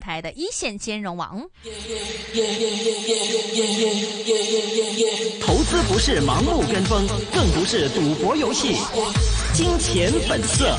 台的一线金融网。投资不是盲目跟风，更不是赌博游戏。金钱本色。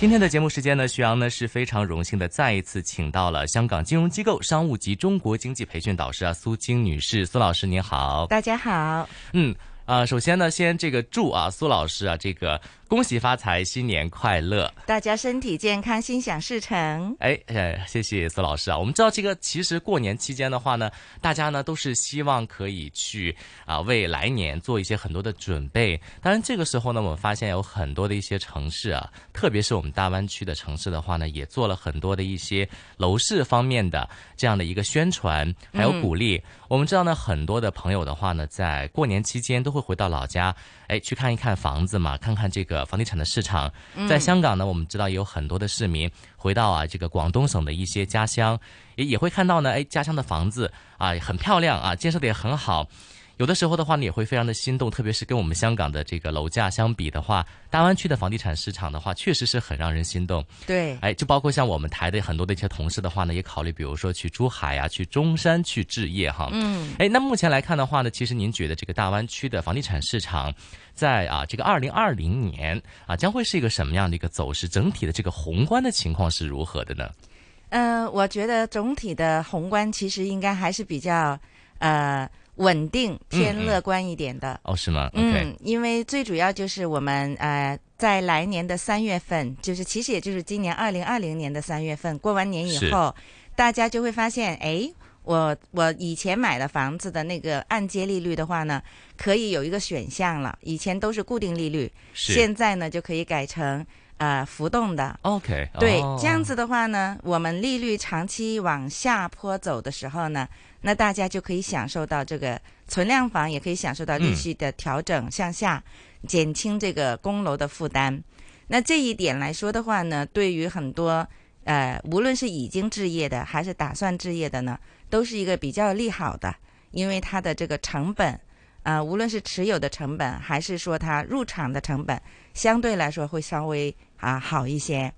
今天的节目时间呢，徐阳呢是非常荣幸的，再一次请到了香港金融机构商务及中国经济培训导师啊苏晶女士，苏老师您好。大家好，嗯啊、首先呢，先这个祝啊苏老师啊这个恭喜发财，新年快乐。大家身体健康，心想事成。哎，呃，谢谢苏老师啊。我们知道这个，其实过年期间的话呢，大家呢都是希望可以去啊、为来年做一些很多的准备。当然，这个时候呢，我们发现有很多的一些城市啊，特别是我们大湾区的城市的话呢，也做了很多的一些楼市方面的这样的一个宣传，还有鼓励。我们知道呢，很多的朋友的话呢，在过年期间都会回到老家，哎，去看一看房子嘛，看看这个房地产的市场。在香港呢，我们知道也有很多的市民回到啊这个广东省的一些家乡，也也会看到呢，哎，家乡的房子啊很漂亮啊，建设的也很好。有的时候的话呢，也会非常的心动，特别是跟我们香港的这个楼价相比的话，大湾区的房地产市场的话，确实是很让人心动。对，哎，就包括像我们台的很多的一些同事的话呢，也考虑，比如说去珠海啊，去中山去置业哈。嗯。哎，那目前来看的话呢，其实您觉得这个大湾区的房地产市场在啊这个二零二零年啊，将会是一个什么样的一个走势？整体的这个宏观的情况是如何的呢？嗯、我觉得总体的宏观其实应该还是比较呃稳定、偏嗯嗯乐观一点的。哦，是吗？OK，嗯，因为最主要就是我们呃，在来年的三月份，就是其实也就是今年二零二零年的三月份，过完年以后，大家就会发现，哎，我我以前买的房子的那个按揭利率的话呢，可以有一个选项了，以前都是固定利率，是。现在呢就可以改成呃浮动的。 OK，对，哦这样子的话呢，我们利率长期往下坡走的时候呢，那大家就可以享受到这个存量房也可以享受到利嗯息的调整向下，减轻这个公楼的负担。那这一点来说的话呢，对于很多呃，无论是已经置业的还是打算置业的呢，都是一个比较利好的，因为它的这个成本。啊、无论是持有的成本，还是说它入场的成本，相对来说会稍微啊好一些。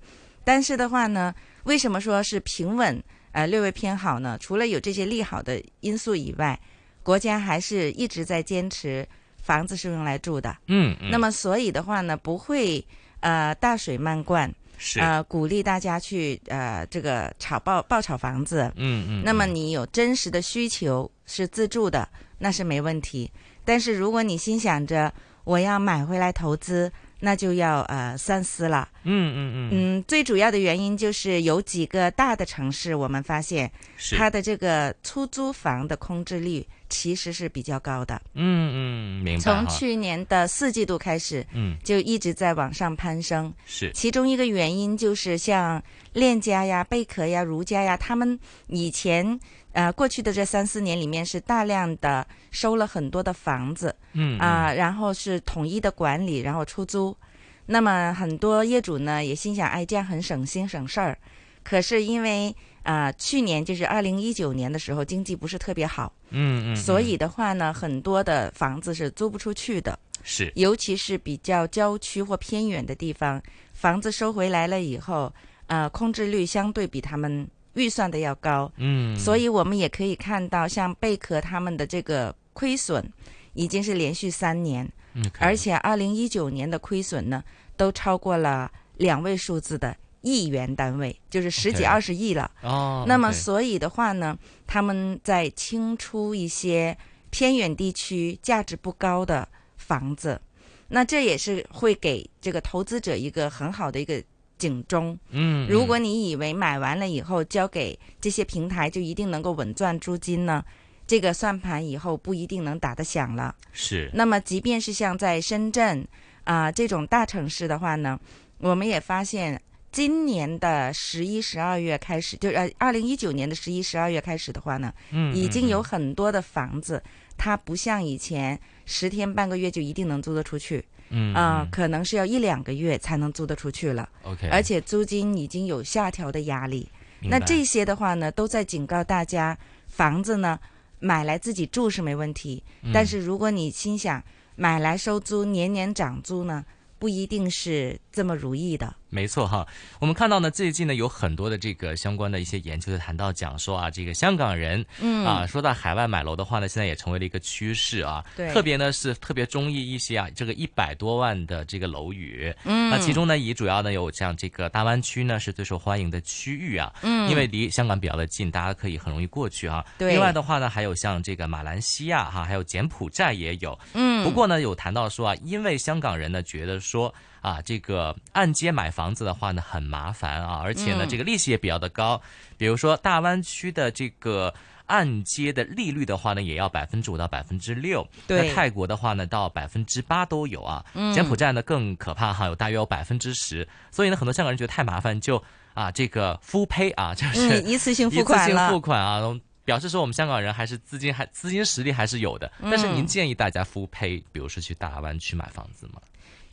但是的话呢，为什么说是平稳呃略微偏好呢？除了有这些利好的因素以外，国家还是一直在坚持房子是用来住的。嗯，嗯那么所以的话呢，不会呃大水漫灌，是，呃鼓励大家去呃这个炒爆爆炒房子。嗯嗯，那么嗯你有真实的需求是自住的，那是没问题。但是如果你心想着我要买回来投资，那就要呃三思了。嗯嗯嗯，嗯，最主要的原因就是有几个大的城市，我们发现是，它的这个出租房的空置率其实是比较高的，嗯嗯，明白哈，从去年的四季度开始嗯就一直在往上攀升。是，其中一个原因就是像链家呀、贝壳呀、如家呀，他们以前呃过去的这三四年里面是大量的收了很多的房子嗯啊、，然后是统一的管理，然后出租。那么很多业主呢也心想，哎，这样很省心省事儿。可是因为啊、呃去年就是二零一九年的时候，经济不是特别好，嗯嗯嗯，所以以的话呢，很多的房子是租不出去的。是，尤其是比较郊区或偏远的地方，房子收回来了以后，呃，空置率相对比他们预算的要高，嗯，所以我们也可以看到，像贝壳他们的这个亏损已经是连续三年，嗯，OK，而且二零一九年的亏损呢，都超过了两位数字的亿元单位，就是十几 OK 二十亿了。哦，那么 OK 所以的话呢，他们在清出一些偏远地区价值不高的房子，那这也是会给这个投资者一个很好的一个警钟。嗯，如嗯果你以为买完了以后交给这些平台就一定能够稳赚租金呢，这个算盘以后不一定能打得响了。是那么，即便是像在深圳啊、这种大城市的话呢，我们也发现今年的十一、十二月开始，就是呃二零一九年的十一、十二月开始的话呢，嗯已嗯经有嗯很多的房子，它不像以前十天半个月就一定能租得出去，嗯啊、嗯可能是要一两个月才能租得出去了， OK，而且租金已经有下调的压力。明白那这些的话呢，都在警告大家，房子呢买来自己住是没问题，嗯但是如果你心想买来收租，年年涨租呢，不一定是这么如意的。没错哈，我们看到呢，最近呢有很多的这个相关的一些研究，就谈到讲说啊，这个香港人，嗯啊，说到海外买楼的话呢，现在也成为了一个趋势啊，对特别呢是特别中意一些啊，这个一百多万的这个楼宇，嗯那其中呢以主要呢有像这个大湾区呢是最受欢迎的区域啊，嗯因为离香港比较的近，大家可以很容易过去啊。对另外的话呢，还有像这个马来西亚哈、还有柬埔寨也有，嗯不过呢，有谈到说啊，因为香港人呢觉得说啊，这个按揭买房子的话呢很麻烦啊，而且呢、嗯这个利息也比较的高，比如说大湾区的这个。按揭的利率的话呢，也要百分之五到百分之六。对那泰国的话呢，到百分之八都有啊。嗯柬埔寨呢更可怕哈，有大约有百分之十。所以呢，很多香港人觉得太麻烦，就啊这个 full pay 啊，就是、嗯，一次性付款一次性了，付款啊，表示说我们香港人还是资金还资金实力还是有的。但是您嗯建议大家 full pay，比如说去大湾区买房子吗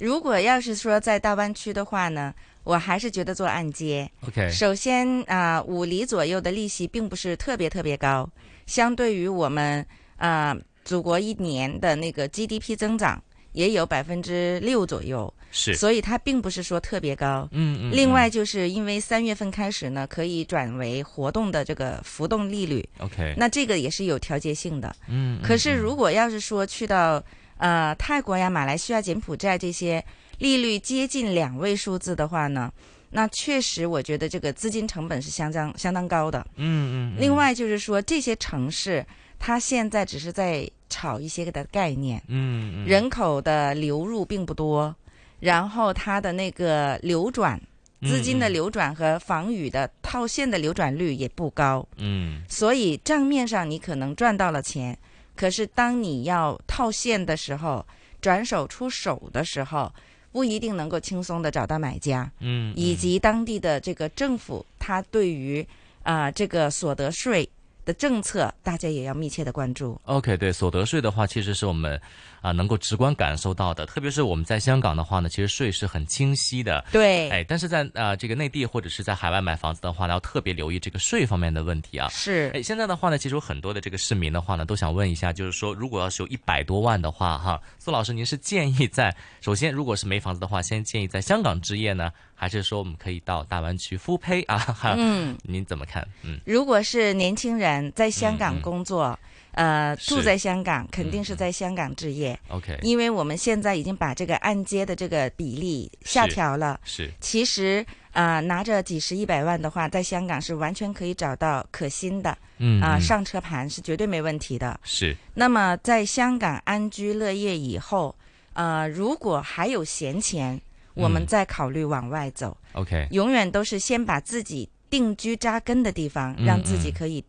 如果要是说在大湾区的话呢，我还是觉得做按揭。 ？OK，首先啊，五、厘左右的利息并不是特别特别高，相对于我们啊、祖国一年的那个 GDP 增长也有百分之六左右，是，所以它并不是说特别高。嗯嗯。另外，就是因为三月份开始呢，可以转为活动的这个浮动利率，嗯 OK，那这个也是有调节性的。嗯，嗯可是如果要是说去到呃泰国呀、马来西亚、柬埔寨这些利率接近两位数字的话呢，那确实我觉得这个资金成本是相当相当高的。嗯嗯嗯，另外就是说这些城市它现在只是在炒一些的概念，嗯嗯人口的流入并不多，然后它的那个流转。嗯资金的流转和房宇的套现的流转率也不高，嗯所以账面上你可能赚到了钱，可是当你要套现的时候，转手出手的时候，不一定能够轻松的找到买家，嗯，嗯以及当地的这个政府，它对于啊、这个所得税的政策，大家也要密切的关注。 OK，对所得税的话，其实是我们啊、能够直观感受到的，特别是我们在香港的话呢，其实税是很清晰的。对，哎，但是在啊这个内地或者是在海外买房子的话呢，要特别留意这个税方面的问题啊。是，哎，现在的话呢，其实有很多的这个市民的话呢，都想问一下，就是说，如果要是有一百多万的话，哈，苏老师，您是建议在首先，如果是没房子的话，先建议在香港置业呢，还是说我们可以到大湾区复配啊？哈，嗯，您怎么看？嗯如果是年轻人在香嗯嗯港工作，呃，是嗯住在香港，肯定是在香港置业， ，OK，因为我们现在已经把这个按揭的这个比例下是调了。是，其实啊、呃拿着几十一百万的话，在香港是完全可以找到可心的嗯啊、嗯上车盘是绝对没问题的。是，那么在香港安居乐业以后，呃，如果还有闲钱，我们嗯再考虑往外走。 OK，永远都是先把自己定居扎根的地方，嗯让自己嗯可以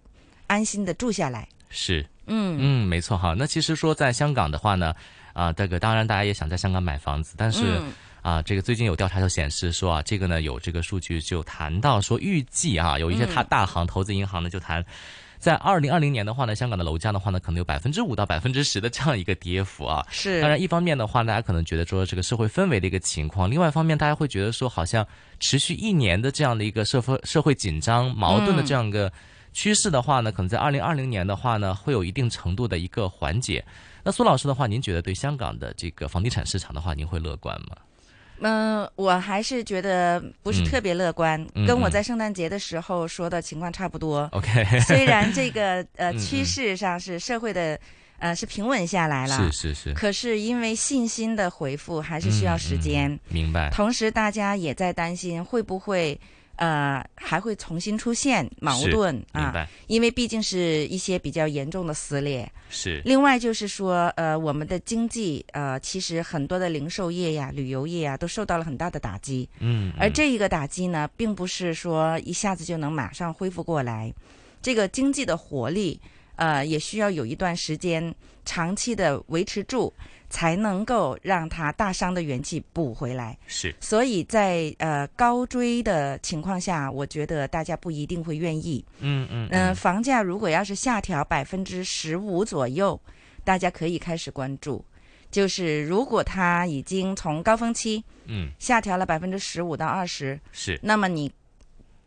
安心的住下来。是，嗯嗯，没错哈。那其实说在香港的话呢，啊、这个当然大家也想在香港买房子，但是。嗯啊，这个最近有调查就显示说啊，这个呢有这个数据就谈到说，预计啊有一些嗯它大行、投资银行呢就谈，在二零二零年的话呢，香港的楼价的话呢，可能有百分之五到百分之十的这样一个跌幅啊。是，当然，一方面的话，大家可能觉得说这个社会氛围的一个情况；，另外一方面，大家会觉得说，好像持续一年的这样的一个社会社会紧张、矛盾的嗯这样一个趋势的话呢，可能在二零二零年的话呢，会有一定程度的一个缓解。那苏老师的话，您觉得对香港的这个房地产市场的话，您会乐观吗？嗯、我还是觉得不是嗯特别乐观，嗯跟我嗯在圣诞节的时候说的情况差不多。 OK，虽然这个 呃嗯嗯趋势上是社会的呃是平稳下来了，是是是，可是因为信心的回复还是需要时间。嗯嗯明白，同时，大家也在担心会不会呃还会重新出现矛是盾明啊，白，因为毕竟是一些比较严重的撕裂。是另外就是说，呃，我们的经济呃其实很多的零售业呀、旅游业啊呀都受到了很大的打击。嗯，而嗯这一个打击呢，并不是说一下子就能马上恢复过来，这个经济的活力，呃，也需要有一段时间长期的维持住，才能够让它大伤的元气补回来。是所以在呃高追的情况下，我觉得大家不一定会愿意。嗯嗯嗯、房价如果要是下调百分之十五左右，大家可以开始关注。就是如果它已经从高峰期嗯下调了百分之十五到二十，是那么你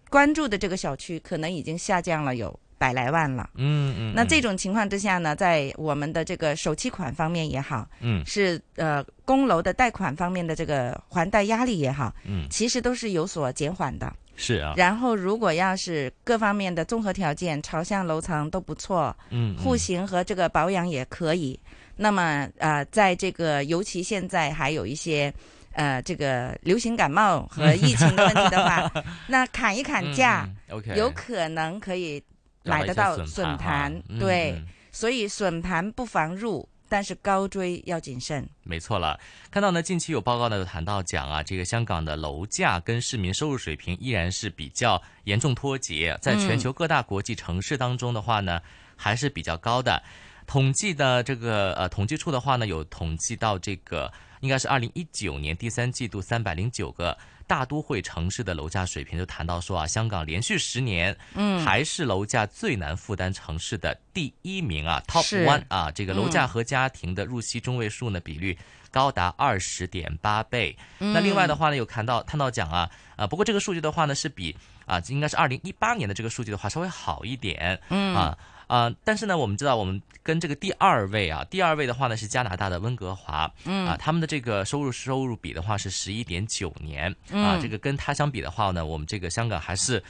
关注的这个小区可能已经下降了有百来万了。嗯嗯，那这种情况之下呢，在我们的这个首期款方面也好，嗯是呃公楼的贷款方面的这个还贷压力也好，嗯其实都是有所减缓的。是啊，然后，如果要是各方面的综合条件朝向楼层都不错，嗯户型和这个保养也可以，那么呃，在这个尤其现在还有一些。呃，这个流行感冒和疫情的问题的 话，那砍一砍价，嗯，OK，有可能可以买得找到一些笋盘盘哈，嗯对，嗯所以笋盘不妨入，但是高追要谨慎。没错了，看到呢，近期有报告呢谈到讲啊，这个香港的楼价跟市民收入水平依然是比较严重脱节，在全球各大国际城市当中的话呢，还是比较高的。统计的这个呃统计处的话呢，有统计到这个应该是二零一九年第三季度三百零九个大都会城市的楼价水平，就谈到说啊，香港连续十年嗯还是楼价最难负担城市的第一名啊，Top 是 One 啊，这个楼价和家庭的入息中位数呢比率高达二十点八倍。嗯那另外的话呢，有看到看到讲啊，啊，不过这个数据的话呢是比啊，应该是二零一八年的这个数据的话稍微好一点，嗯啊。啊、但是呢，我们知道，我们跟这个第二位啊，第二位的话呢是加拿大的温哥华，嗯啊，他们的这个收入收入比的话是十一点九年，啊，这个跟它相比的话呢，我们这个香港还是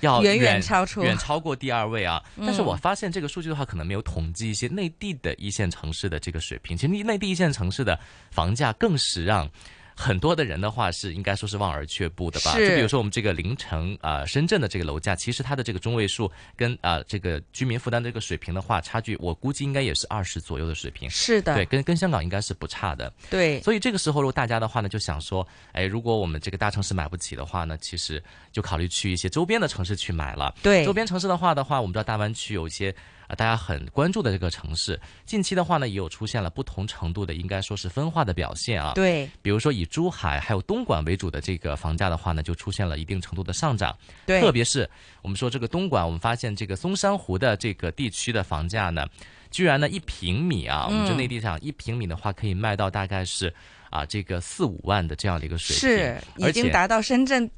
要远哦远远超出远超过第二位啊。嗯但是我发现这个数据的话，可能没有统计一些内地的一线城市的这个水平。其实内地一线城市的房价更是让。很多的人的话是应该说是望而却步的吧？是就比如说我们这个凌城啊、呃深圳的这个楼价，其实它的这个中位数跟啊、呃这个居民负担的这个水平的话，差距我估计应该也是二十左右的水平。是的，对，跟跟香港应该是不差的。对所以这个时候，如果大家的话呢，就想说，哎，如果我们这个大城市买不起的话呢，其实就考虑去一些周边的城市去买了。对周边城市的话的话，我们知道大湾区有一些啊、呃大家很关注的这个城市，近期的话呢，也有出现了不同程度的，应该说是分化的表现啊。对比如说以珠海还有东莞为主的这个房价的话呢，就出现了一定程度的上涨。对，特别是我们说这个东莞，我们发现这个松山湖的这个地区的房价呢，居然呢一平米啊，嗯我们这内地讲一平米的话，可以卖到大概是啊这个四五万的这样的一个水平，是已而经且达到深圳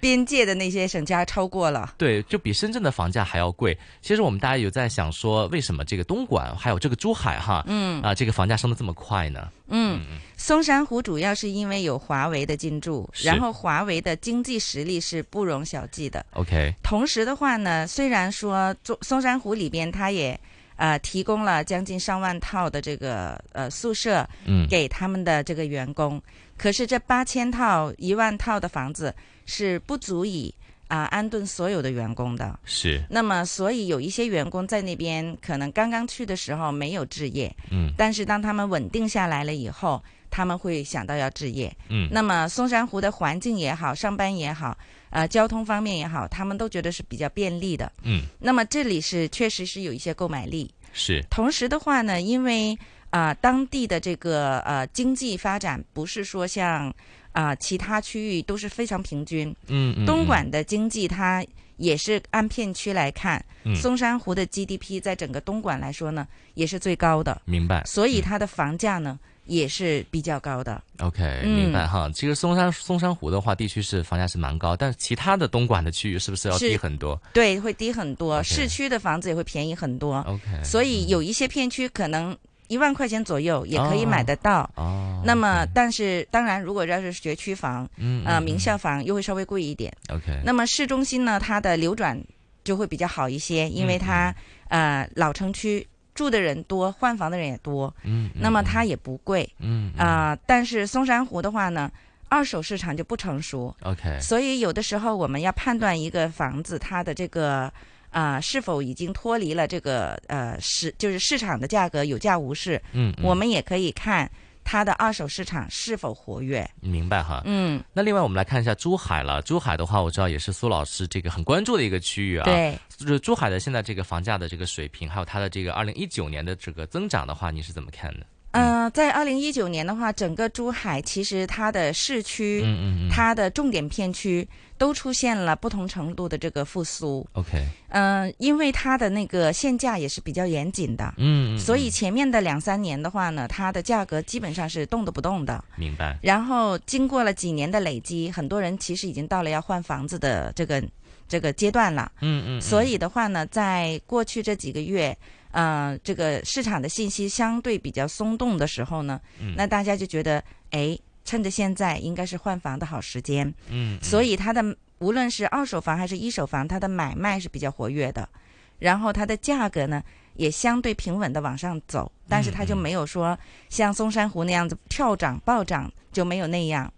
边界的那些省家超过了。对，就比深圳的房价还要贵。其实我们大家有在想说，为什么这个东莞还有这个珠海哈，嗯啊这个房价升得这么快呢？嗯嗯松山湖主要是因为有华为的进驻，是然后华为的经济实力是不容小觑的。 ？OK，同时的话呢，虽然说中松山湖里边它也呃提供了将近上万套的这个呃宿舍嗯，给他们的这个员工，可是这八千套一万套的房子是不足以啊、安顿所有的员工的。是，那么，所以有一些员工在那边可能刚刚去的时候没有置业，嗯但是当他们稳定下来了以后，他们会想到要置业。嗯，那么松山湖的环境也好，上班也好，呃，交通方面也好，他们都觉得是比较便利的。嗯，那么这里是确实是有一些购买力。是，同时的话呢，因为啊、呃当地的这个呃经济发展不是说像啊、呃其他区域都是非常平均，嗯嗯，东嗯莞的经济它也是按片区来看，嗯松山湖的 GDP 在整个东莞来说呢也是最高的，明白。所以它的房价呢也是比较高的。 OK，嗯明白哈。其实松山松山湖的话，地区是房价是蛮高，但是其他的东莞的区域是不是要是低很多对，会低很多， OK 哦哎市区的房子也会便宜很多， ？OK，所以有一些片区可能一万块钱左右也可以买得到。哦，那么，但是当然，如果要是学区房，嗯呃，嗯名校房又会稍微贵一点。 OK，那么市中心呢，它的流转就会比较好一些，因为它嗯呃老城区住的人多，换房的人也多，嗯，嗯那么它也不贵嗯嗯啊、但是松山湖的话呢，二手市场就不成熟， OK，所以有的时候我们要判断一个房子它的这个。啊、是否已经脱离了这个呃市，就是市场的价格有价无市？嗯，嗯我们也可以看它的二手市场是否活跃。明白哈。嗯，那另外我们来看一下珠海了。珠海的话，我知道也是苏老师这个很关注的一个区域啊。，对。就是珠海的现在这个房价的这个水平，还有它的这个二零一九年的这个增长的话，你是怎么看的？呃，在二零一九年的话，整个珠海其实它的市区、嗯嗯嗯它的重点片区都出现了不同程度的这个复苏。 ，OK，嗯、因为它的那个限价也是比较严谨的，嗯，嗯所以前面的两三年的话呢，它的价格基本上是动都不动的。嗯明白，然后经过了几年的累积，很多人其实已经到了要换房子的这个这个阶段了。嗯嗯，所以的话呢，在过去这几个月，呃，这个市场的信息相对比较松动的时候呢，嗯那大家就觉得，哎，趁着现在应该是换房的好时间，嗯，嗯所以它的无论是二手房还是一手房，它的买卖是比较活跃的，然后它的价格呢也相对平稳的往上走，但是它嗯就没有说像松山湖那样子跳涨暴涨，就没有那样。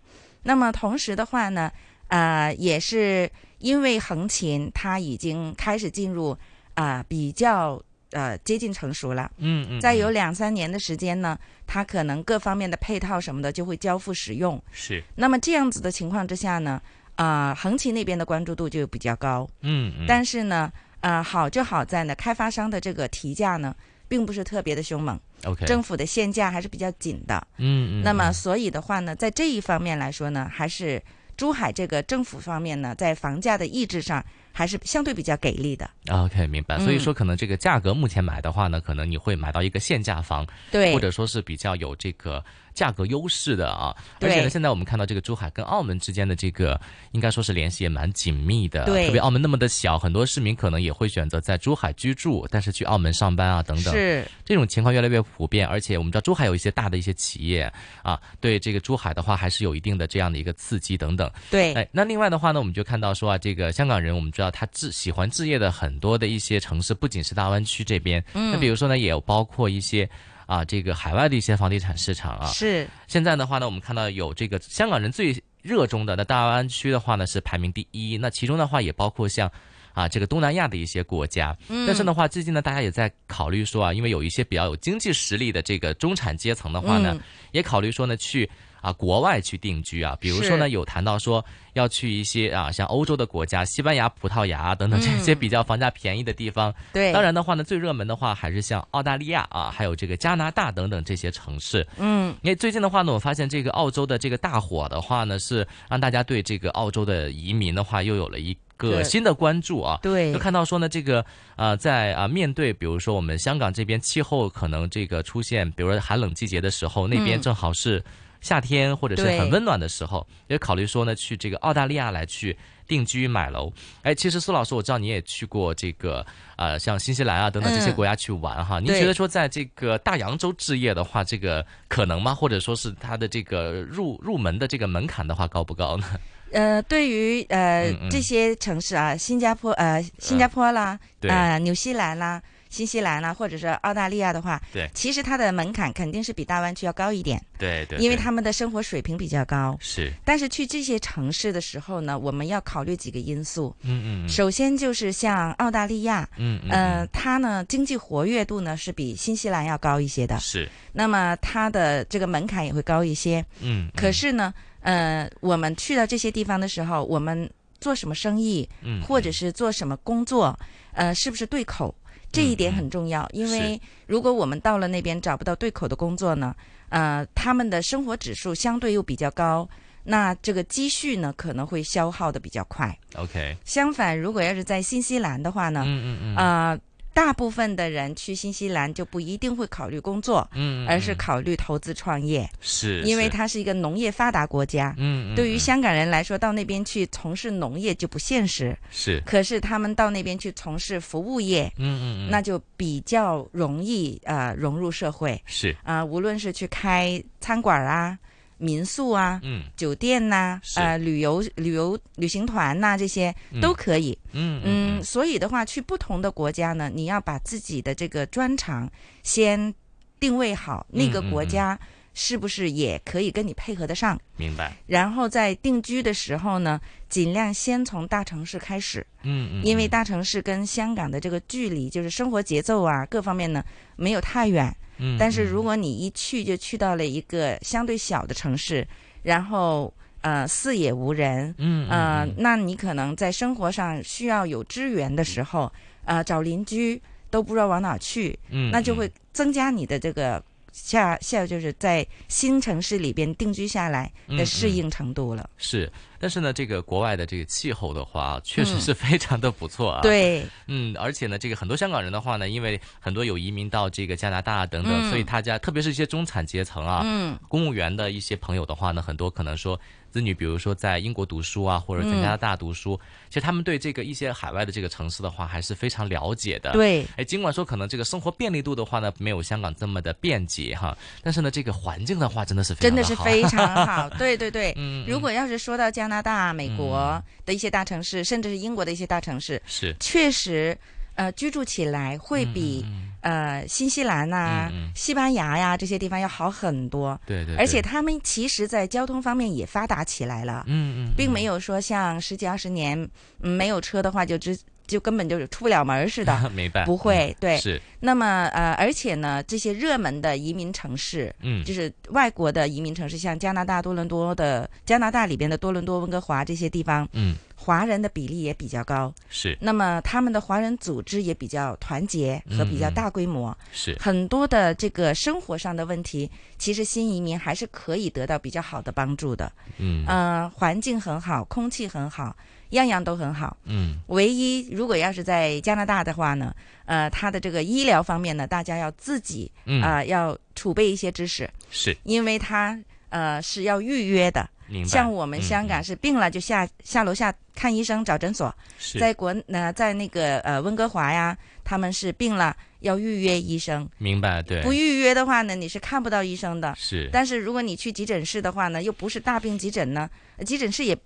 那么同时的话呢，呃，也是因为横琴它已经开始进入啊、呃比较呃接近成熟了。嗯嗯，再嗯有两三年的时间呢，它可能各方面的配套什么的就会交付使用。是那么这样子的情况之下呢，啊，横琴那边的关注度就比较高。嗯嗯，但是呢，啊，好就好在呢，开发商的这个提价呢，并不是特别的凶猛， OK，政府的限价还是比较紧的。嗯嗯，那么嗯所以的话呢，在这一方面来说呢，还是珠海这个政府方面呢，在房价的抑制上还是相对比较给力的。啊 OK 明白，所以嗯说可能这个价格目前买的话呢，可能你会买到一个限价房，对或，者说是比较有这个价格优势的啊。而对且呢，现在我们看到这个珠海跟澳门之间的这个，应该说是联系也蛮紧密的。对特别澳门那么的小，很多市民可能也会选择在珠海居住，但是去澳门上班啊等等。是这种情况越来越普遍，而且我们知道珠海有一些大的一些企业啊，对这个珠海的话还是有一定的这样的一个刺激等等。对，哎，那另外的话呢，我们就看到说啊，这个香港人，我们知道他置喜欢置业的很多的一些城市，不仅是大湾区这边，嗯那比如说呢，也有包括一些啊，这个海外的一些房地产市场啊。是现在的话呢，我们看到有这个香港人最热衷的，那大湾区的话呢是排名第一，那其中的话也包括像。啊，这个东南亚的一些国家，嗯但是的话，最近呢，大家也在考虑说啊，因为有一些比较有经济实力的这个中产阶层的话呢，嗯也考虑说呢去啊国外去定居啊，比如说呢是有谈到说要去一些啊像欧洲的国家，西班牙、葡萄牙啊嗯等等这些比较房价便宜的地方。对，当然的话呢，最热门的话还是像澳大利亚啊，还有这个加拿大等等这些城市。嗯，因为最近的话呢，我发现这个澳洲的这个大火的话呢，是让大家对这个澳洲的移民的话又有了一个对新的关注啊。对就，看到说呢，这个呃，在啊、面对比如说我们香港这边气候可能这个出现，比如说寒冷季节的时候，那边嗯正好是夏天或者是对很温暖的时候，也考虑说呢去这个澳大利亚来去定居买楼。哎，其实苏老师，我知道你也去过这个呃，像新西兰啊等等这些嗯国家去玩哈，您对觉得说在这个大洋洲置业的话，这个可能吗？或者说是它的这个入入门的这个门槛的话高不高呢？呃，对于呃嗯嗯嗯这些城市啊，新加坡呃新加坡啦，对啊纽西兰啦。新西兰啦，或者是澳大利亚的话，对其实它的门槛肯定是比大湾区要高一点，对对因为他们的生活水平比较高。是但是去这些城市的时候呢，我们要考虑几个因素。嗯嗯首先就是像澳大利亚，嗯嗯呃，它呢经济活跃度呢是比新西兰要高一些的，是那么它的这个门槛也会高一些。嗯可是呢，呃，我们去到这些地方的时候，我们做什么生意，嗯或者是做什么工作，呃，是不是对口？这一点嗯嗯很重要，因是为如果我们到了那边找不到对口的工作呢，呃，他们的生活指数相对又比较高，那这个积蓄呢可能会消耗的比较快。 OK，相反，如果要是在新西兰的话呢，嗯嗯嗯呃，大部分的人去新西兰就不一定会考虑工作，嗯，而是嗯考虑投资创业，是因为是它是一个农业发达国家。嗯嗯对于嗯香港人来说，到那边去从事农业就不现实，是可是他们到那边去从事服务业，嗯嗯嗯那就比较容易呃融入社会是啊、无论是去开餐馆啊、民宿啊、嗯酒店呐、是呃旅游旅游旅行团呐、这些嗯都可以。嗯嗯，所以的话，去不同的国家呢，你要把自己的这个专长先定位好，那个嗯嗯国嗯家是不是也可以跟你配合得上？明白然后在定居的时候呢，尽量先从大城市开始，嗯嗯因为嗯大城市跟香港的这个距离，就是生活节奏啊各方面呢没有太远。嗯但是嗯如果你一去就去到了一个相对小的城市，然后呃四野无人，嗯嗯呃嗯，那你可能在生活上需要有支援的时候，呃找邻居都不知道往哪去，嗯那就嗯会增加你的这个下下就是在新城市里边定居下来嗯的适嗯应程度了。是，但是呢，这个国外的这个气候的话，确实是 非常的不错啊。，嗯对，嗯，而且呢，这个很多香港人的话呢，因为很多有移民到这个加拿大等等，嗯所以他家特别是一些中产阶层啊，嗯，公务员的一些朋友的话呢，很多可能说子女，比如说在英国读书啊，或者在加拿大读书，其实他们对这个一些海外的这个城市的话，还是非常了解的。。对，哎，尽管说可能这个生活便利度的话呢，没有香港这么的便捷哈，但是呢，这个环境的话真的是非真常的好是非 常好，对对对。嗯，嗯嗯如果要是说到加拿大、美国的一些大城市，甚至是英国的一些大城市，是确实，呃，居住起来会比、嗯嗯嗯呃新西兰呐、嗯嗯西班牙呀、这些地方要好很多。对对，而且对他们其实，在交通方面也发达起来了，嗯嗯，并没有有说像十几二十年、嗯没有车的话就直就根本就出不了门儿似 的。明白不会，对。是那么呃，而且呢，这些热门的移民城市，嗯就是外国的移民城市，像加拿大多伦多的加拿大里边的多伦多、温哥华这些地方，嗯华人的比例也比较高。是那么他们的华人组织也比较团结和比较大规模，是很多的这个生活上的问题，其实新移民还是可以得到比较好的帮助的。嗯嗯、环境很好，空气很好，样样都很好。嗯唯一如果要是在加拿大的话呢，呃，它的这个医疗方面呢，大家要自己啊、嗯要储备一些知识，是因为它呃是要预约的。明白，像我们嗯香港嗯是病了就下、下楼下看医生找诊所，是在国呃，在那个呃温哥华呀，他们是病了要预约医生，明白对不预约的话呢，你是看不到医生的。是但是如果你去急诊室的话呢，又不是大病急诊呢，呃急诊室也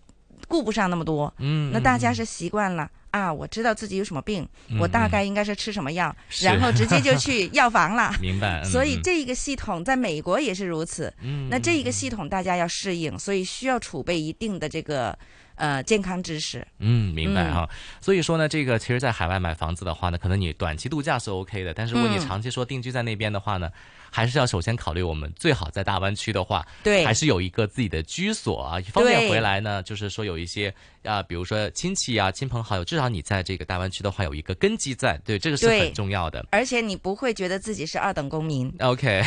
顾不上那么多。嗯那大家嗯是习惯了啊，我知道自己有什么病，嗯我大嗯概应该是吃什么药，是然后直接就 去药房了。明白，所以嗯这一个系统在美国也是如此。嗯那这一个嗯系统大家要适应，所以需要储备一定的这个呃健康知识。嗯，明白嗯哈、所以说呢，这个其实，在海外买房子的话呢，可能你短期度假是 OK 的，但是如果你嗯长期说定居在那边的话呢，还是要首先考虑我们最好在大湾区的话，对，还是有一个自己的居所啊。一方面对回来呢，就是说有一些啊、比如说亲戚啊、亲朋好友，至少你在这个大湾区的话有一个根基在，对，这个是对很重要的。而且你不会觉得自己是二等公民。 OK，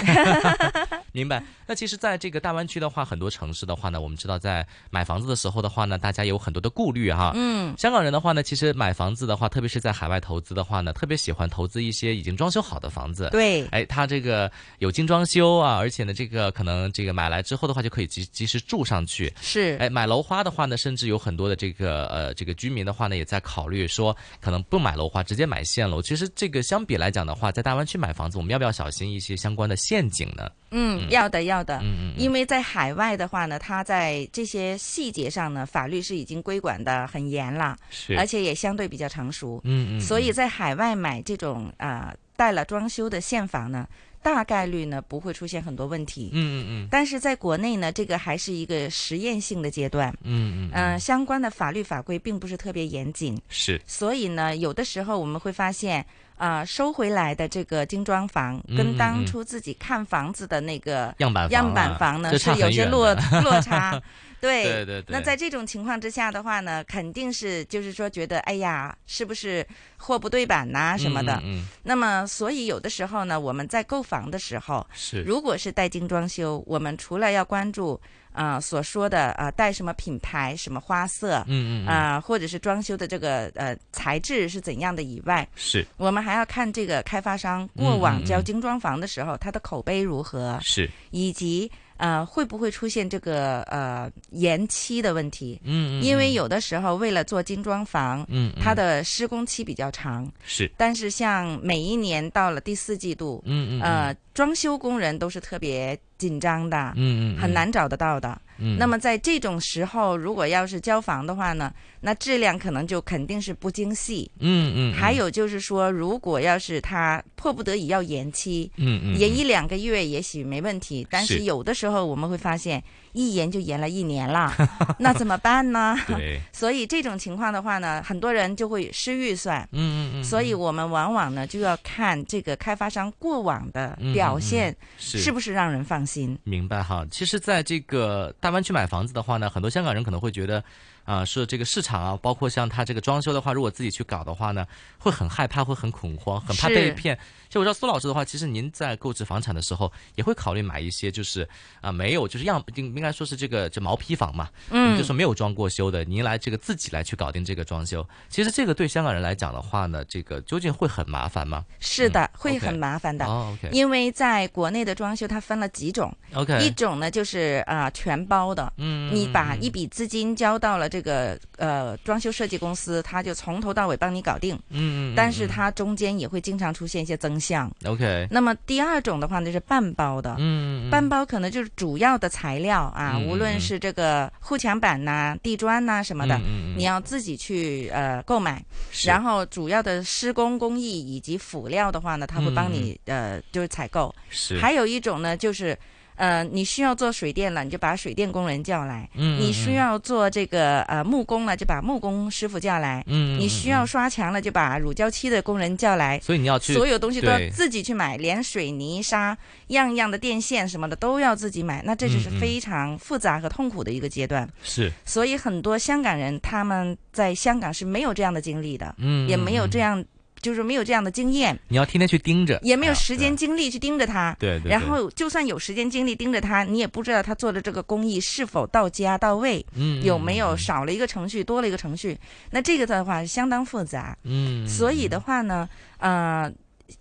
明白。那其实，在这个大湾区的话，很多城市的话呢，我们知道在买房子的时候的话呢，大家有很多的顾虑哈、嗯，香港人的话呢，其实买房子的话，特别是在海外投资的话呢，特别喜欢投资一些已经装修好的房子。。对，哎，它这个有精装修啊，而且呢，这个可能这个买来之后的话，就可以及及时住上去。是，哎，买楼花的话呢，甚至有很多的这个呃这个居民的话呢，也在考虑说，可能不买楼花，直接买现楼。其实这个相比来讲的话，在大湾区买房子，我们要不要小心一些相关的陷阱呢？嗯，要的，要的。嗯嗯嗯，因为在海外的话呢，它在这些细节上呢，法律是已经规管的很严了，是，而且也相对比较成熟，嗯嗯，所以在海外买这种呃带了装修的现房呢，大概率呢不会出现很多问题。嗯嗯嗯但是在国内呢，这个还是一个实验性的阶段，嗯嗯嗯、相关的法律法规并不是特别严谨，是，所以呢，有的时候我们会发现，啊、收回来的这个精装房嗯跟当初自己看房子的那个样板样板啊房呢这差是有很些远的 落落差。对对对对那在这种情况之下的话呢，肯定是就是说觉得，哎呀，是不是货不对版呐、什么的？嗯嗯嗯那么，所以有的时候呢，我们在购房的时候，是，如果是带精装修，我们除了要关注啊、呃所说的啊、呃带什么品牌、什么花色，嗯嗯嗯啊、或者是装修的这个呃材质是怎样的以外，是我们还要看这个开发商嗯过嗯往交嗯精装房的时候，它的口碑如何，是，以及呃会不会出现这个呃延期的问题。嗯嗯，因为嗯有的时候为了做精装房，嗯它嗯的施工期比较长，是，但是像每一年到了第四季度，嗯嗯呃，装修工人都是特别紧张的，嗯嗯很，难找得到的。嗯嗯那么在这种时候，如果要是交房的话呢，那质量可能就肯定是不精细。嗯嗯，还有有就是说，如果要是他迫不得已要延期，嗯嗯延一两个月也许没问题，但是是有的时候我们会发现一延就延了一年 了，那怎么办呢？对，所以这种情况的话呢，很多人就会失预算。嗯嗯嗯，所以我们往往呢就要看这个开发商过往的嗯嗯表嗯现是是不是让人放心。明白哈，其实，在这个大湾区买房子的话呢，很多香港人可能会觉得啊、是这个市场啊，包括像他这个装修的话，如果自己去搞的话呢，会很害怕，会很恐慌，很怕是被骗。其实我知道苏老师的话，其实您在购置房产的时候，也会考虑买一些就是啊、没有就是样应应该说是这个这毛坯房嘛，嗯就是没有装过修的，您来这个自己来去搞定这个装修。其实这个对香港人来讲的话呢，这个究竟会很麻烦吗？是的，会嗯 OK 很麻烦的。哦，OK，因为在国内的装修，它分了几种， OK，一种呢就是啊、呃全包的，嗯你把一笔资金交到了这个呃装修设计公司，他就从头到尾帮你搞定，嗯嗯嗯，嗯但是它中间也会经常出现一些增项。 OK，那么第二种的话呢，就是半包的，嗯，嗯半包可能就是主要的材料啊，嗯嗯无论是这个护墙板呐、地砖呐、什么的，嗯嗯嗯你要自己去呃购买。是然后主要的施工工艺以及辅料的话呢，他会帮你、呃就是采购。嗯是还有一种呢，就是呃你需要做水电了，你就把水电工人叫来；嗯你需要做这个呃木工了，就把木工师傅叫来；嗯，嗯你需，要嗯刷墙了，就把乳胶漆的工人叫来嗯。所以你要去所有东西都要对自己去买，连水泥、沙、样样的电线什么的都要自己买，那这就是嗯嗯非常复杂和痛苦的一个阶段。是所以很多香港人他们在香港是没有这样的经历的，嗯也没有这，样，就是没有这样的经验，你要天天去盯着，也没有哎呀时间，精力去盯着他。对对对，对然后，就算有时间精力盯着他，你也不知道他做的这个工艺是否到家到位，嗯有没有，少了一个程序，多了一个程序。那这个的话相当复杂，嗯嗯，嗯所以的，话呢，呃，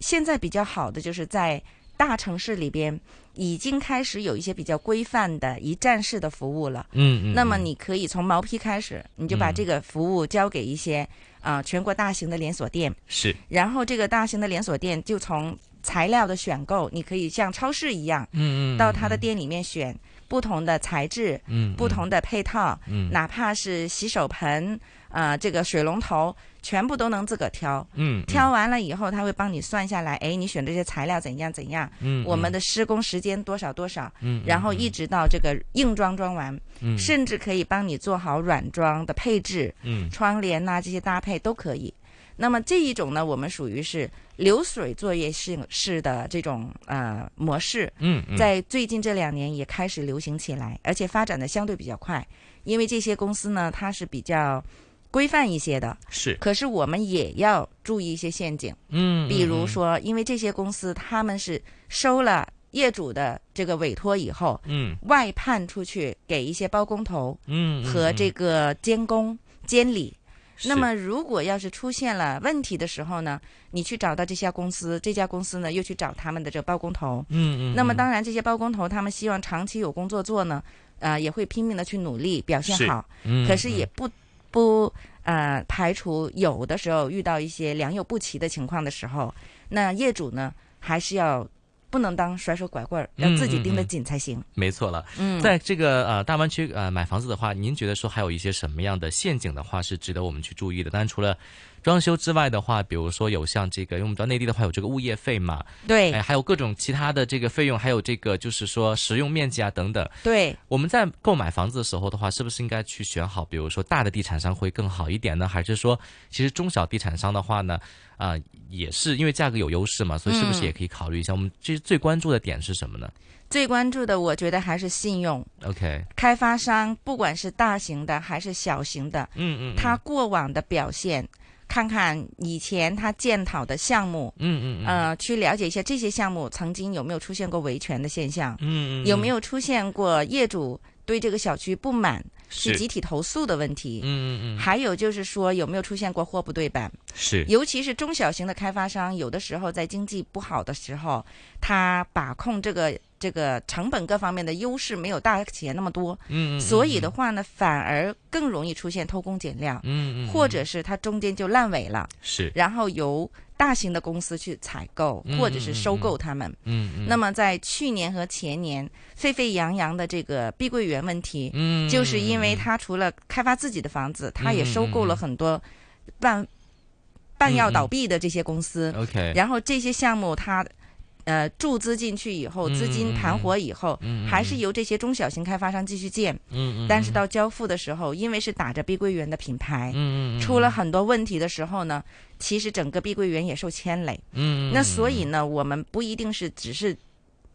现在比较好的就是在大城市里边已经开始有一些比较规范的一站式的服务了。嗯嗯，那么嗯你可以从毛坯开始，你就把嗯这个服务交给一些啊、呃全国大型的连锁店，是，然后这个大型的连锁店就从材料的选购，你可以像超市一样嗯嗯，到他的嗯，店里面选不同的材质、嗯，不同的配套，嗯，嗯，哪怕是洗手盆啊、呃这个水龙头，全部都能自个儿挑。嗯，嗯挑，完了以后，他会帮你算下来，哎，你选这些材料怎样怎样，嗯，我们的，的施工时间多少多少，嗯，然后一直到这个硬装装完，嗯，嗯，甚至可以帮你做好软装的配置，嗯，窗帘呐、这些搭配都可以。那么这一种呢，我们属于是流水作业式式的这种呃模式，嗯，嗯，在最近这两年也开始流行起来，而且发展的相对比较快，因为这些公司呢，它是比较规范一些的。是，可是我们也要注意一些陷阱，嗯，比嗯如，嗯说，因为这些公司他们是收了业主的这个委托以后，嗯外判出去给一些包工头，嗯，和这个，个监工、监理。那是么，如果要是出现了问题的时候呢，你去找到这家公司，这家公司呢又去找他们的这个包工头。嗯嗯，那么，嗯当然这些包工头他们希望长期有工作做呢，呃，也会拼命的去努力表现是好，嗯可是嗯也不不呃排除有的时候遇到一些良莠不齐的情况的时候，那业主呢还是要不能当甩手拐棍儿，要自己盯得嗯嗯嗯紧才行。没错了。嗯，在这个呃大湾区呃买房子的话，您觉得说还有一些什么样的陷阱的话是值得我们去注意的？当然除了装修之外的话，比如说有像这个，因为我们知道内地的话有这个物业费嘛，对哎，还有各种其他的这个费用，还有这个就是说实用面积啊等等。对。我们在购买房子的时候的话，是不是应该去选好，比如说大的地产商会更好一点呢？还是说，其实中小地产商的话呢，啊、也是因为价格有优势嘛，所以是不是嗯也可以考虑一下？我们其实最关注的点是什么呢最关注的，我觉得还是信用。 ？OK，开发商不管是大型的还是小型的，嗯嗯，嗯他过往的表现，看看以前他建讨的项目，嗯嗯嗯，呃，去了解一下这些项目曾经有没有出现过维权的现象，嗯，嗯有没有有出现过业主对这个小区不满去是集体投诉的问题。嗯嗯嗯还有就是说，有没有出现过货不对版？是尤其是中小型的开发商，有的时候在经济不好的时候，他把控这个这个成本各方面的优势没有大企业那么多，嗯嗯所以的话呢，反而更容易出现偷工减料，嗯嗯或者是它中间就烂尾了，是然后由大型的公司去采购嗯或者是收购他们。嗯嗯那么在去年和前年沸沸扬扬的这个碧桂园问题，嗯就是因为他除了开发自己的房子，他也收嗯购了很多半半要倒闭的这些公司， OK 然后这些项目他呃注资进去以后，嗯资金盘活以后，嗯嗯还是由这些中小型开发商继续建，嗯嗯但是到交付的时候，因为是打着碧桂园的品牌。嗯嗯出了很多问题的时候呢，其实整个碧桂园也受牵累。嗯那所以呢，我们不一定是只是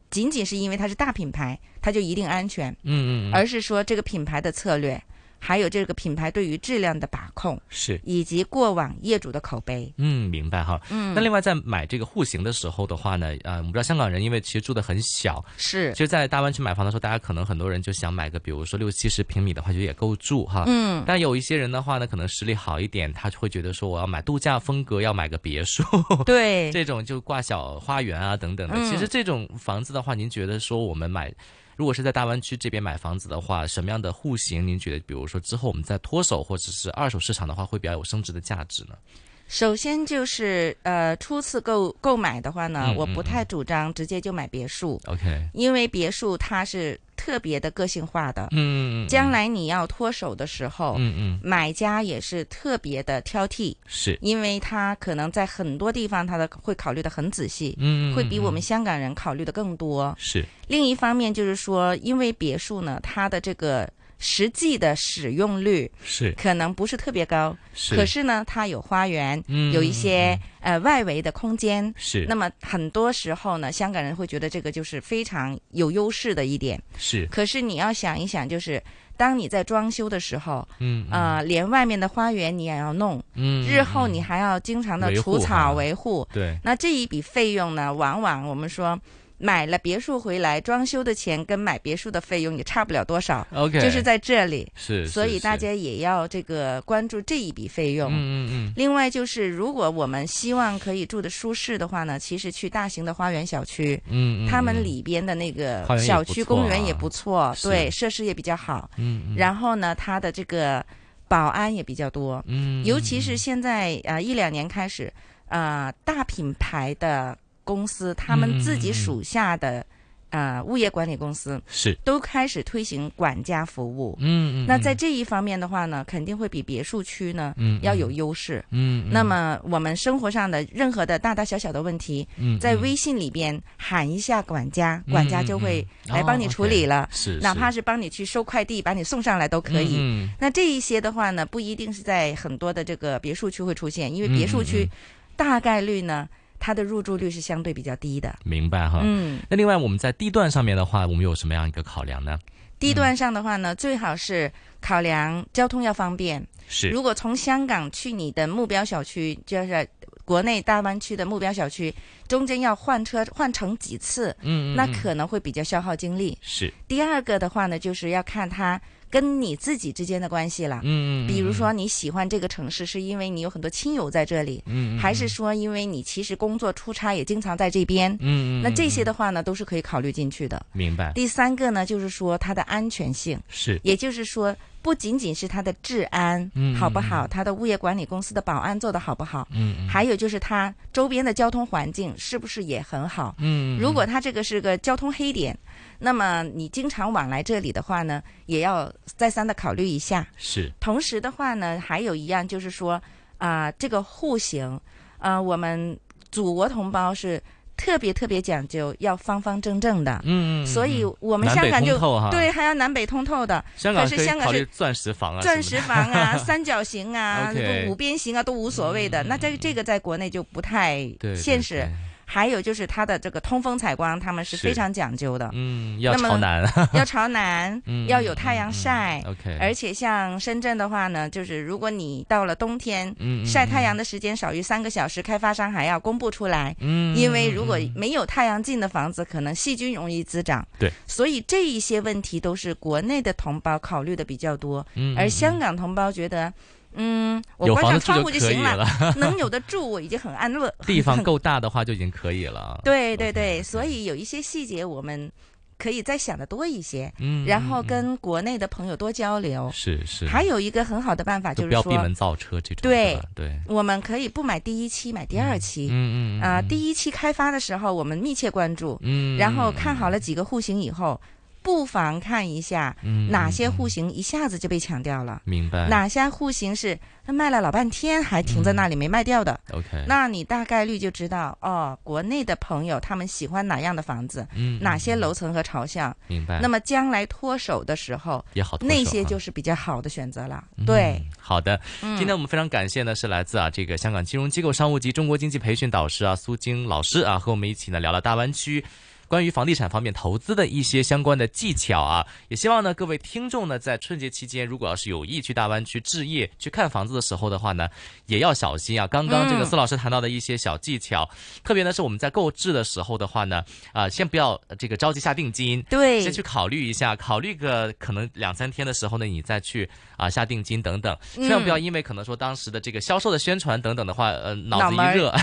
仅仅是因为它是大品牌，它就一定安全。嗯嗯而是说这个品牌的策略，还有这个品牌对于质量的把控，是，以及过往业主的口碑。嗯，明白哈。嗯那另外在买这个户型的时候的话呢，呃，我们知道香港人因为其实住的很小，是其，实，在大湾区买房的时候，大家可能很多人就想买个，比如说六七十平米的话，就也够住哈。嗯，但有一些人的话呢，可能实力好一点，他会觉得说我要买度假风格，要买个别墅，对，这种就挂小花园啊等等的。嗯其实这种房子的话，您觉得说我们买，如果是在大湾区这边买房子的话，什么样的户型您觉得，比如说之后我们在脱手或者是二手市场的话，会比较有升值的价值呢？首先就是呃，初次购购买的话呢，嗯我嗯不太主张直接就买别墅， OK，因为别墅它是特别的个性化的，嗯，将，来你要脱手的时候，嗯嗯，买家也是特别的挑剔，是，因为他可能在很多地方他的会考虑的很仔细。嗯，会比我们香港人考虑的更多。是，另一方面就是说，因为别墅呢，它的这个实际的使用率是可能不是特别高，是，可是呢，它有花园，嗯有一些呃外围的空间。是，那么很多时候呢，香港人会觉得这个就是非常有优势的一点。是，可是你要想一想，就是当你在装修的时候，嗯，呃，连外面的花园你也要弄，嗯，日后你还要经常的维护除草哈维护。对，那这一笔费用呢，往往我们说买了别墅回来，装修的钱跟买别墅的费用也差不了多少， OK，就是在这里。是，所以大是家也要这个关注这一笔费用。嗯嗯嗯，另外就是，如果我们希望可以住的舒适的话呢，其实去大型的花园小区，嗯，嗯他们，里边的那个花园也小不区错啊公园也不错，是对，设施也比较好。嗯嗯，然后呢，它的这个保安也比较多，嗯，尤其是现在呃一两年开始，呃大品牌的公司，他们自嗯己属下的呃物业管理公司是，都开始推行管家服务。嗯嗯，那在这一方面的话呢，肯定会比别墅区呢嗯要有，优势。嗯，那么我们生活上的任何的大大小小的问题，嗯在微信里边喊一下管家，管嗯家就会来帮你处理了，哦是，哪怕是帮你去收快递，把你送上来都可以。嗯那这一些的话呢，不一定是在很多的这个别墅区会出现，因为嗯别墅嗯区大概率呢，它的入住率是相对比较低的。明白哈。嗯，那另外我们在地段上面的话，我们有什么样一个考量呢？地段上的话呢，最好是考量交通要方便。是，如果从香港去你的目标小区，就是国内大湾区的目标小区，中间要换车换乘几次，嗯，那可能会比较消耗精力。是，第二个的话呢，就是要看它跟你自己之间的关系了。嗯，比如，说你喜欢这个城市，是因为你有很多亲友在这里，嗯，还是说因为你其实工作出差也经常在这边？嗯嗯，那这些的话呢，都是可以考虑进去的。明白，第三个呢，就是说它的安全性，是，也就是说不仅仅是它的治安嗯好不好，它的物业管理公司的保安做得好不好，嗯还有就是它周边的交通环境是不是也很好。嗯，如果它这个是个交通黑点，那么你经常往来这里的话呢，也要再三的考虑一下。是，同时的话呢，还有一样就是说，啊、这个户型，啊、我们祖国同胞是特别特别讲究要方方正正的，嗯嗯，所以我我们香港就哈，对还要南北通透的，香港可以考虑钻石房啊，钻石房 啊、三角形啊 OK、嗯五边形啊都无所谓的。那这这个在国内就不太对现实。，还有就是它的这个通风采光，他们是是非常讲究 的，嗯，要朝南， 要朝南，嗯要有太阳晒。 ，OK，嗯而且像深圳的话呢，就是如果你到了冬天，嗯晒太阳的时间少于三个小时，开发商还要公布出来。嗯，因为如果没有太阳镜的房子，可能细菌容易滋长。对，所以这一些问题都是国内的同胞考虑的比较多，嗯而香港同胞觉得，嗯，我有关房上子窗住户就可以行了了，，能有的住我已经很安乐。 地方够大的话就已经可以了。对对 OK，对，所嗯以有一些细节我们可以再想的多一些，嗯，嗯，然后嗯跟国内的朋友多交流。是是，还有一个很好的办法就就是不要闭说，门造车这种，对啊是吧对，我们可以不买第一期，买第二期。嗯嗯啊，第一期开发的时候，我们密切关注，嗯，然后看好了几个户型以后，不妨看一下嗯哪些户型型一下子就被抢掉了，明白哪些户型是卖了老半天还停在那里没卖掉的。 OK，那你大概率就知道哦，国内的朋友他们喜欢哪样的房子，嗯哪些嗯楼层和朝向。明白，那么将来脱手的时候，也好脱手啊，那些就是比较好的选择了。对嗯，，好的。嗯今天我们非常感谢呢，是来自啊这个香港金融机构商务及中国经济培训导师啊苏晶老师啊，和我们一起呢聊了大湾区。关于房地产方面投资的一些相关的技巧啊。也希望呢各位听众呢，在春节期间如果要是有意去大湾区置业、去看房子的时候的话呢，也要小心啊。刚刚这个嗯司老师谈到的一些小技巧，特别呢是我们在购置的时候的话呢，啊、先不要呃这个着急下定金， 对先去考虑一下，考虑个可能两三天的时候呢，你再去啊、下定金等等，嗯千万不要因为可能说当时的这个销售的宣传等等的话，呃，脑子脑门一儿热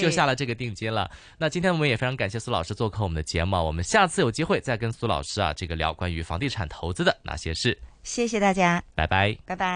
就下了这个定金了。那今天我们也非常感谢苏老师做客我们的节目啊，我们下次有机会再跟苏老师啊这个聊关于房地产投资的那些事。谢谢大家，拜拜。拜拜。